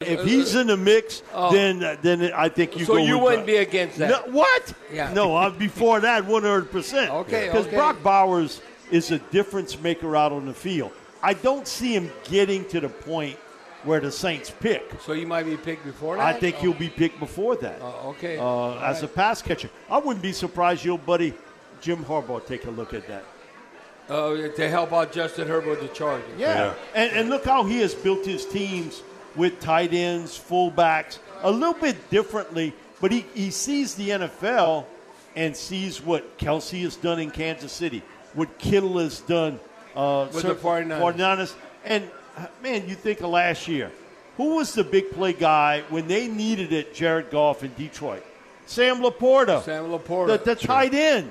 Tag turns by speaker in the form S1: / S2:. S1: If he's in the mix,
S2: Oh.
S1: then then I think you
S2: So
S1: go.
S2: you
S1: with
S2: wouldn't
S1: Brock.
S2: be against that?
S1: No, what?
S2: Yeah.
S1: No, I'm before that, 100. percent
S2: Okay,
S1: Because
S2: okay.
S1: Brock Bowers is a difference maker out on the field. I don't see him getting to the point where the Saints pick.
S2: So you might be picked before that?
S1: I think he'll be picked before that.
S2: Oh, okay.
S1: Uh, as a pass catcher, I wouldn't be surprised. Your buddy Jim Harbaugh take a look at that.
S2: Uh, to help out Justin Herbert the Chargers.
S1: Yeah. And, and look how he has built his teams with tight ends, fullbacks, a little bit differently, but he, he sees the NFL and sees what Kelsey has done in Kansas City, what Kittle has done uh,
S2: With
S1: certain-
S2: the 49ers.
S1: 49ers. And, uh, man, you think of last year. Who was the big play guy when they needed it, Jared Goff in Detroit? Sam Laporta,
S2: Sam
S1: the,
S2: Laporta.
S1: the tight end.